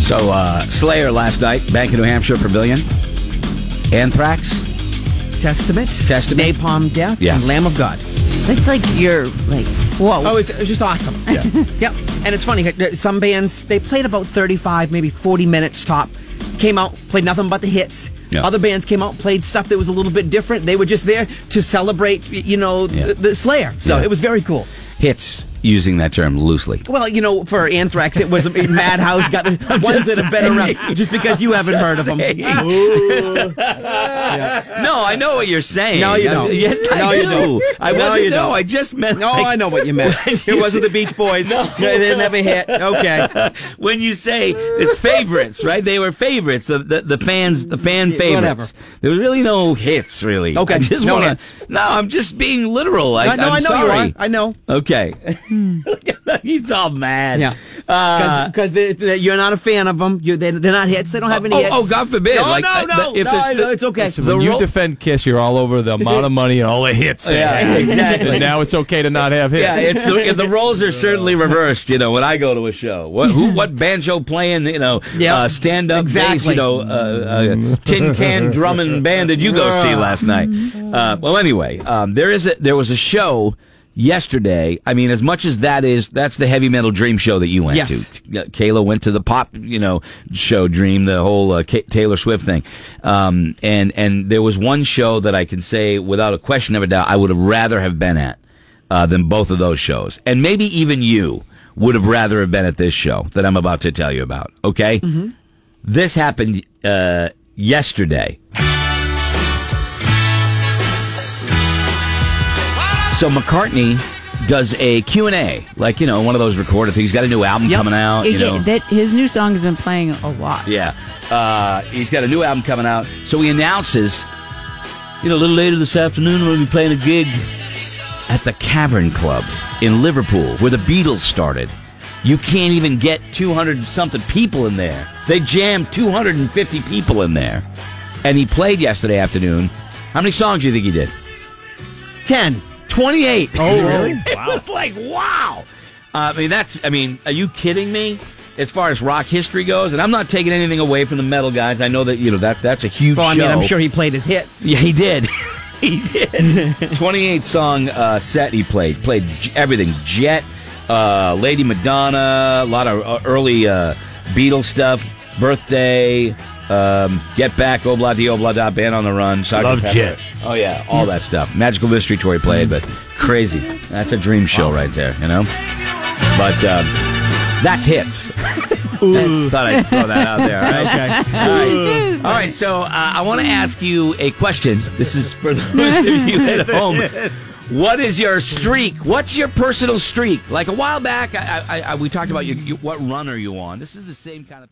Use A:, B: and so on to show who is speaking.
A: So uh, Slayer last night, Bank of New Hampshire Pavilion. Anthrax,
B: Testament,
A: Testament.
B: Napalm Death,
A: Yeah.
B: and Lamb of God.
C: It's like you're like, whoa.
B: Oh, it's, it's just awesome.
A: Yeah.
B: yep. And it's funny. Some bands they played about thirty-five, maybe forty minutes top. Came out, played nothing but the hits.
A: Yeah.
B: Other bands came out, played stuff that was a little bit different. They were just there to celebrate, you know,
A: Yeah.
B: the, the Slayer. So
A: Yeah.
B: it was very cool.
A: hits, using that term loosely.
B: Well, you know, for Anthrax, it was Madhouse got the ones that have been around just because you haven't heard of them.
A: No, I know what you're saying.
B: No, you don't.
A: Yes, I
B: No,
A: do.
B: you don't.
A: I
B: No,
A: wasn't.
B: you
A: No,
B: don't.
A: I just meant.
B: No,
A: like,
B: I know what you meant.
A: When
B: It
A: you
B: wasn't the
A: say-
B: Beach Boys.
A: No.
B: they didn't have a hit. Okay.
A: when you say it's favorites, right? They were favorites. The the, the fans, the fan favorites.
B: whatever.
A: There was really no hits, really.
B: Okay,
A: I just
B: no
A: wanna-
B: hits.
A: No, I'm just being literal. I,
B: I, no,
A: I'm
B: I know
A: sorry.
B: you are. I know.
A: Okay. He's all mad.
B: Yeah.
A: Uh,
B: Because you're not a fan of them. You're, they're, they're not hits. They don't have any
A: oh,
B: hits.
A: oh, God forbid.
B: No,
A: Like,
B: no,
A: I-
B: no.
A: the- if
B: no,
A: it's
B: I-
A: the-
B: it's okay.
A: listen,
D: When
B: The
D: you
B: ro-
D: defend Kiss, you're all over the amount of money and all the hits they
A: Yeah,
D: had.
A: exactly.
D: And now it's okay to not have hits.
A: Yeah, it's the, the roles are certainly
B: Uh-huh.
A: reversed. You know, when I go to a show, what who what banjo playing? You know,
B: Yep.
A: uh, stand up bass.
B: Exactly.
A: You know, uh, uh, tin can drumming band. Did you go see last night? Uh, well, anyway, um, there is a, there was a show yesterday. I mean, as much as that is, that's the heavy metal dream show that you went
B: Yes.
A: to. Yeah, Kayla went to the pop, you know, show Dream, the whole uh, K- Taylor Swift thing, um, and and there was one show that I can say without a question of a doubt I would have rather have been at uh, than both of those shows, and maybe even you would have rather have been at this show that I'm about to tell you about. Okay, this happened uh, yesterday. So McCartney does a Q&A, like, you know, one of those recorded things. He's got a new album coming out,
C: Yeah,
A: you know.
C: yeah, that his new song's been playing a lot.
A: Yeah. Uh, he's got a new album coming out. So he announces, you know, a little later this afternoon, we're going to be playing a gig at the Cavern Club in Liverpool, where the Beatles started. You can't even get 200 something people in there. They jammed 250 people in there. And he played yesterday afternoon. How many songs do you think he did?
B: 10.
A: 28.
D: Oh, really?
A: It was like, wow. Uh, I mean, that's, I mean, are you kidding me? As far as rock history goes, and I'm not taking anything away from the metal guys. I know that, you know, that that's a huge
B: Well, I
A: show.
B: mean, I'm sure he played his hits.
A: Yeah, he did. he did. 28 song uh, set he played. Played j- everything Jet, uh, Lady Madonna, a lot of uh, early uh, Beatles stuff, Birthday, um, Get Back, Obla Di Obla Da, Oh, Band on the Run, Sgt.
D: Love
A: Pepper.
D: Jet.
A: Oh, yeah, all that stuff. Magical Mystery Tour he played, but crazy. That's a dream show right there, you know? But um, that's hits. Just Thought I'd throw that out there. All right. All right. All right. So uh, I want to ask you a question. This is for those of you at home. What is your streak? What's your personal streak? Like a while back, I, I, I, we talked about you, you, what run are you on. This is the same kind of.